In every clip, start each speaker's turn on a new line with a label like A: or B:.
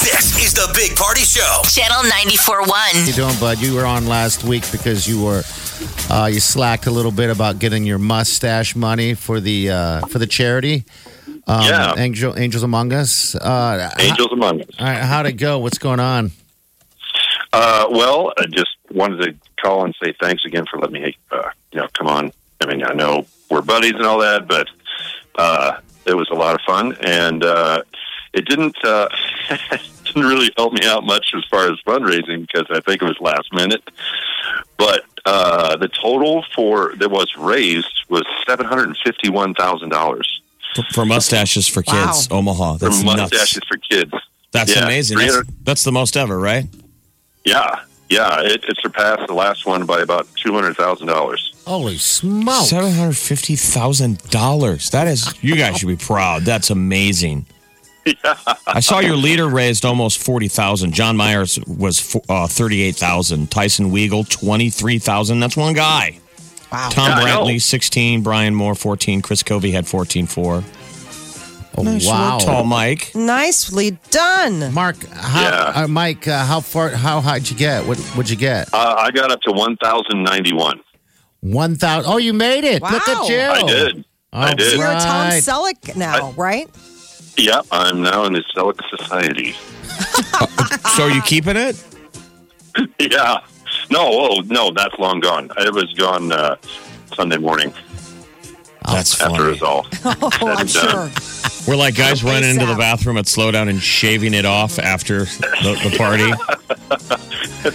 A: This is the Big Party Show.
B: Channel 94.1.
C: you doing, bud? You were on last week because you were uh, you slacked a little bit about getting your mustache money for the uh, for the charity. Um,
D: Yeah.
C: Angel, Angels Among Us. Uh,
D: Angels Among Us.
C: all right, how'd it go? What's going on?
D: Uh, well, I just wanted to call and say thanks again for letting me, uh, you know, come on. I mean, I know we're buddies and all that, but uh, it was a lot of fun, and uh, it didn't uh, didn't really help me out much as far as fundraising because I think it was last minute. But uh, the total for that was raised was seven hundred and fifty one thousand dollars
E: For, for mustaches for kids, Omaha.
D: for
E: That's
D: mustaches
E: nuts.
D: for kids.
E: That's
D: Yeah,
E: amazing. That's, that's the most ever, right?
D: Yeah, yeah, it, it surpassed the last one by about two hundred thousand dollars.
C: Holy smokes!
E: Seven hundred fifty thousand dollars. That is, you guys should be proud. That's amazing. I saw your leader raised almost forty thousand. John Myers was fo- uh, thirty-eight thousand. Tyson Weigel twenty-three thousand. That's one guy. Wow. Tom
D: Yeah, I know.
E: Brantley sixteen. Brian Moore fourteen. Chris Covey had fourteen four.
C: Oh,
E: Wow.
C: wow,
E: Tall Mike.
F: Nicely done.
C: Mark, how,
D: Yeah.
C: uh, Mike, uh, how far? How high'd you get? What would you get?
D: Uh, I got up to 1,091.
C: One thousand. Oh, you made it! Look at
F: Wow.
C: you.
D: I did. I did.
F: You're a Tom
C: Oh, Right.
F: Selleck now, right?
D: Yeah, I'm now in the Celic Society.
E: So are you keeping it?
D: yeah. No, oh, no, that's long gone. It was gone uh, Sunday morning
E: That's
D: after
E: funny.
D: it was all.
F: Oh, I'm
D: Said and done.
F: sure.
E: We're like guys running into the
F: ASAP.
E: bathroom at slow down and shaving it off after the, the party.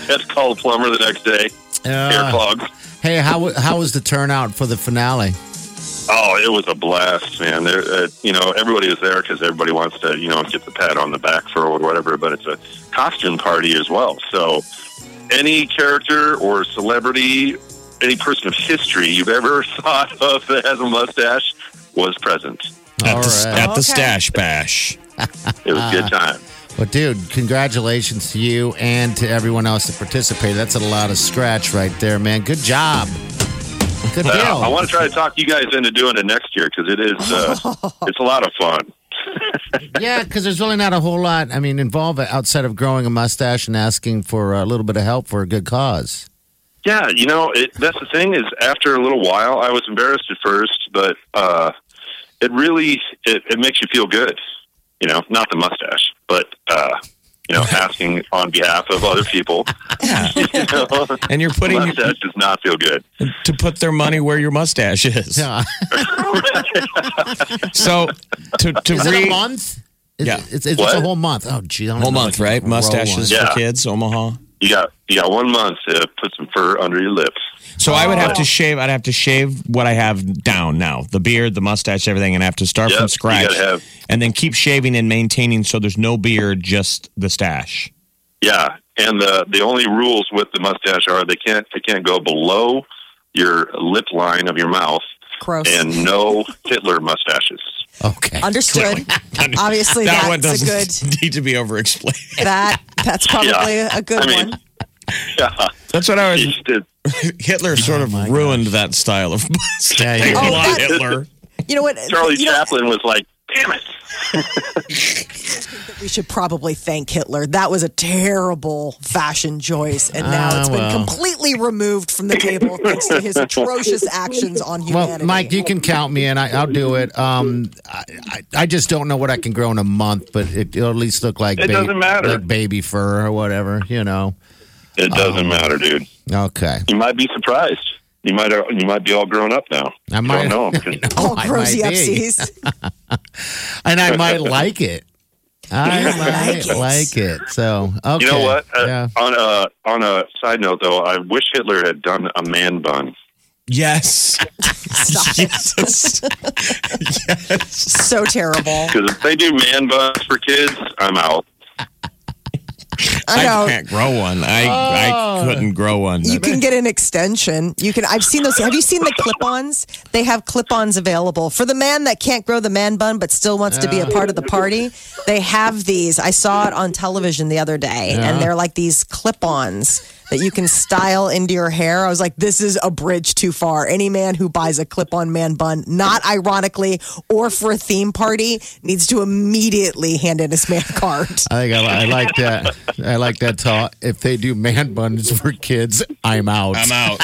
D: had to call a plumber the next day. Hair
C: Uh,
D: clogs.
C: hey, how how was the turnout for the finale?
D: Oh, it was a blast, man. There, uh, you know, everybody was there because everybody wants to, you know, get the pat on the back for or whatever. But it's a costume party as well. So, any character or celebrity, any person of history you've ever thought of that has a mustache was present.
E: At,
C: All
E: the,
C: right.
E: at the
F: Okay.
E: stash bash.
D: It was a good time.
C: But dude, congratulations to you and to everyone else that participated. That's a lot of scratch right there, man. Good job. Good deal.
D: Uh, I want to try to talk you guys into doing it next year because it is, uh, it's a lot of fun.
C: yeah, because there's really not a whole lot. I mean, involved outside of growing a mustache and asking for a little bit of help for a good cause.
D: Yeah, you know, it, that's the thing is after a little while, I was embarrassed at first, but uh, it really it, it makes you feel good. You know, not the mustache, but uh, you know, asking on behalf of other people. you know,
E: And you're putting your,
D: mustache does not feel good.
E: to put their money where your mustache is.
C: Yeah.
E: So to to
C: Is it
E: re
C: a month? Is-
E: Yeah.
C: It's, it's, it's a
D: What?
C: whole month. Oh, gee. I don't
E: whole
C: know.
E: month, right?
C: Roll
E: Mustaches
C: one.
D: Yeah.
E: for kids, Omaha.
D: You got you got one month to put some fur under your lips.
E: So I would have to shave. I'd have to shave what I have down now: the beard, the mustache, everything, and I have to start
D: Yep,
E: from
D: you
E: scratch,
D: gotta have-
E: and then keep shaving and maintaining. So there's no beard, just the stash.
D: Yeah, and the the only rules with the mustache are they can't they can't go below your lip line of your mouth,
F: Gross.
D: and no Hitler mustaches.
C: Okay.
F: Understood. Obviously,
E: that one
F: that's a
E: doesn't
F: good.
E: need to be over explained.
F: That that's probably
D: Yeah.
F: a good
D: I mean,
F: one.
D: Yeah.
E: That's what I was.
D: It's- it's-
E: Hitler sort of ruined that style of
C: Oh Yeah,
E: mustache.
C: he did.
E: Come
F: Oh,
E: on,
F: that-
E: Hitler.
F: You know what?
D: Charlie
F: you know,
D: Chaplin was like, "Damn it!"
F: we should probably thank Hitler. That was a terrible fashion choice, and now
C: Ah,
F: it's been
C: well.
F: completely removed from the table thanks to his atrocious actions on
C: Well,
F: humanity.
C: Mike, you can count me in. I, I'll do it. Um, I, I, I just don't know what I can grow in a month, but it, it'll at least look like,
D: It doesn't matter.
C: like baby fur or whatever, you know.
D: It doesn't matter, dude.
C: Okay.
D: You might be surprised. You might uh, you might be all grown up now.
C: I might-
D: you don't know 'em.
F: all
C: I
F: grossy
C: might be.
F: upsies.
C: And I might like it. I might
F: like it.
C: like it. So, okay.
D: You know what? Uh,
C: yeah.
D: On a on a side note, though, I wish Hitler had done a man bun.
E: Yes.
F: Stop it.
E: yes. yes.
F: So terrible.
D: Because if they do man buns for kids, I'm out.
F: I know. Oh.
E: can't grow one. I I couldn't grow one.
F: You can get an extension. You can. I've seen those. Have you seen the clip-ons? They have clip-ons available for the man that can't grow the man bun but still wants to be a part of the party. They have these. I saw it on television the other day, and they're like these clip-ons that you can style into your hair. I was like, this is a bridge too far. Any man who buys a clip-on man bun, not ironically or for a theme party, needs to immediately hand in his man card.
C: I think I, I like that. I like that thought. If they do man buns for kids, I'm out.
E: I'm out.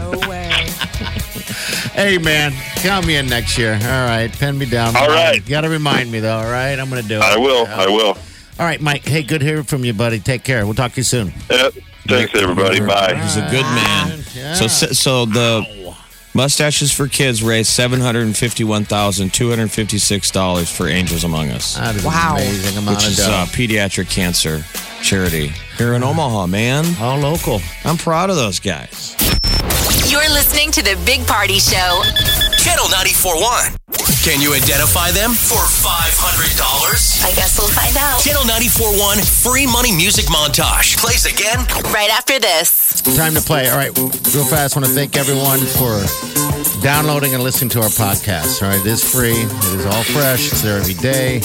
F: No way.
C: Hey, man, count me in next year. All right, pen me down.
D: All right.
C: You got to remind me, though, all right? I'm going to do it.
D: I will. I will.
C: All right, Mike. Hey, good hearing from you, buddy. Take care. We'll talk to you soon.
D: Uh, thanks, everybody. Bye.
E: He's a good man. So so the mustaches for kids raised seven hundred and fifty one thousand two hundred fifty six dollars for Angels Among Us,
C: That is
F: Wow.
C: amazing amount
E: which
C: of
E: is
C: dough.
E: uh, pediatric cancer charity here in Omaha. Man,
C: All local.
E: I'm proud of those guys.
B: You're listening to the Big Party Show.
A: Channel 941. Can you identify them for $500?
B: I guess we'll find out
A: Channel 941 free money music montage plays again
B: right after this.
C: Time to play. All right, real fast. want to thank everyone for downloading and listening to our podcast. All right, it is free. It is all fresh. It's there every day,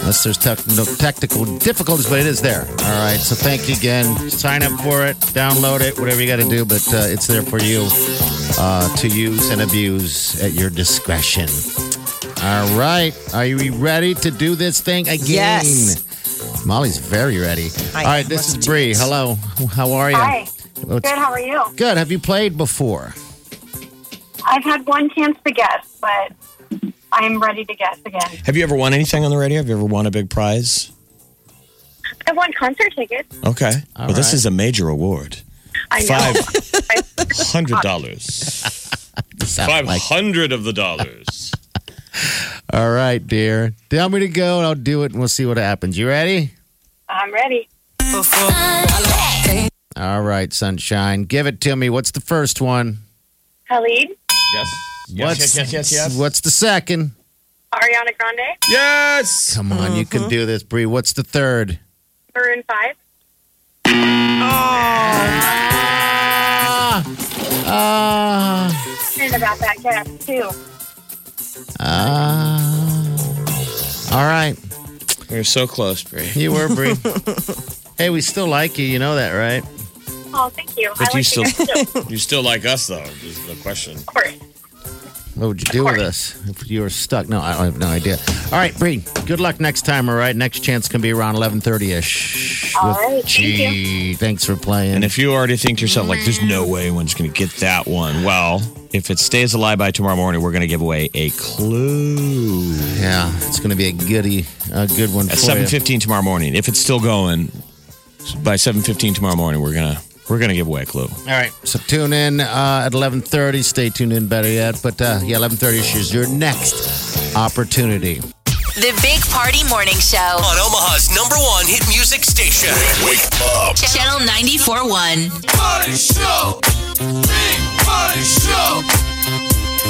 C: unless there's tech no technical difficulties, but it is there. All right, so thank you again. Sign up for it, download it, whatever you got to do, but uh, it's there for you uh, to use and abuse at your discretion. All right, are you ready to do this thing again?
F: Yes.
C: Molly's very ready.
F: I
C: all right, this
F: must
C: is
F: do
C: Bree.
F: this.
C: Hello, how are you?
G: Hi.
C: What's-
G: Good. How are you?
C: Good. Have you played before?
G: I've had one chance to guess, but I'm ready to guess again.
E: Have you ever won anything on the radio? Have you ever won a big prize?
G: I've won concert tickets.
E: Okay.
C: All
E: well, this
C: right.
E: is a major award.
G: I know.
E: Five hundred dollars. Five hundred of the dollars.
C: All right, dear. Tell me to go, and I'll do it, and we'll see what happens. You ready?
G: I'm ready.
C: All right, sunshine. Give it to me. What's the first one?
G: Khalid,
E: Yes.
C: what's, What's the second?
G: Ariana Grande,
E: Yes.
C: Come on, you can do this, Bree. What's the third?
G: Maroon Five.
E: Oh.
C: Ah, ah,
G: And about that guess too.
C: ah. Uh, All right,
E: We were so close, Brie.
C: you were Bree. hey, we still like you. You know that, right?
G: Oh, thank you.
E: But you
G: I like
E: still-
G: you guys, too,
E: You still like us though, is the question.
G: of course.
C: What would you do with us if you were stuck? No, I I have no idea. All right, Bree. Good luck next time. All right, next chance can be around eleven thirty ish.
G: All right, thank you.
C: Gee, thanks for playing.
E: And if you already think to yourself, like, there's no way one's gonna get that one, well, if it stays alive by tomorrow morning, we're gonna give away a clue.
C: yeah, it's going to be a goodie, a good one
E: At
C: for
E: seven
C: you.
E: fifteen tomorrow morning. If it's still going, by seven fifteen tomorrow morning, we're gonna we're gonna give away a clue.
C: All right, so tune in uh, at eleven thirty. Stay tuned in, better yet. But uh, yeah, eleven thirty is your next opportunity.
B: The Big Party Morning Show.
A: on Omaha's number one hit music station. Wake up.
B: Channel 94.1.
A: Party show. Big party show.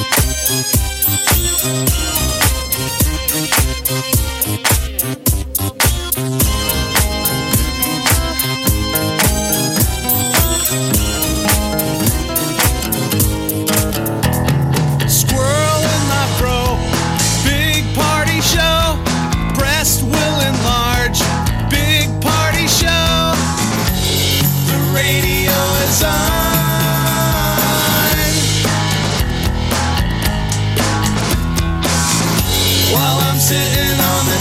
H: Squirrel in my fro. Big party show. Breast will enlarge. Big party show. The radio is on. While I'm sitting on the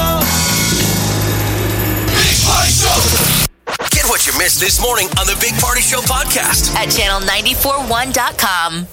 A: Big party show. Get what you missed this morning on the Big Party Show podcast.
B: At channel941.com.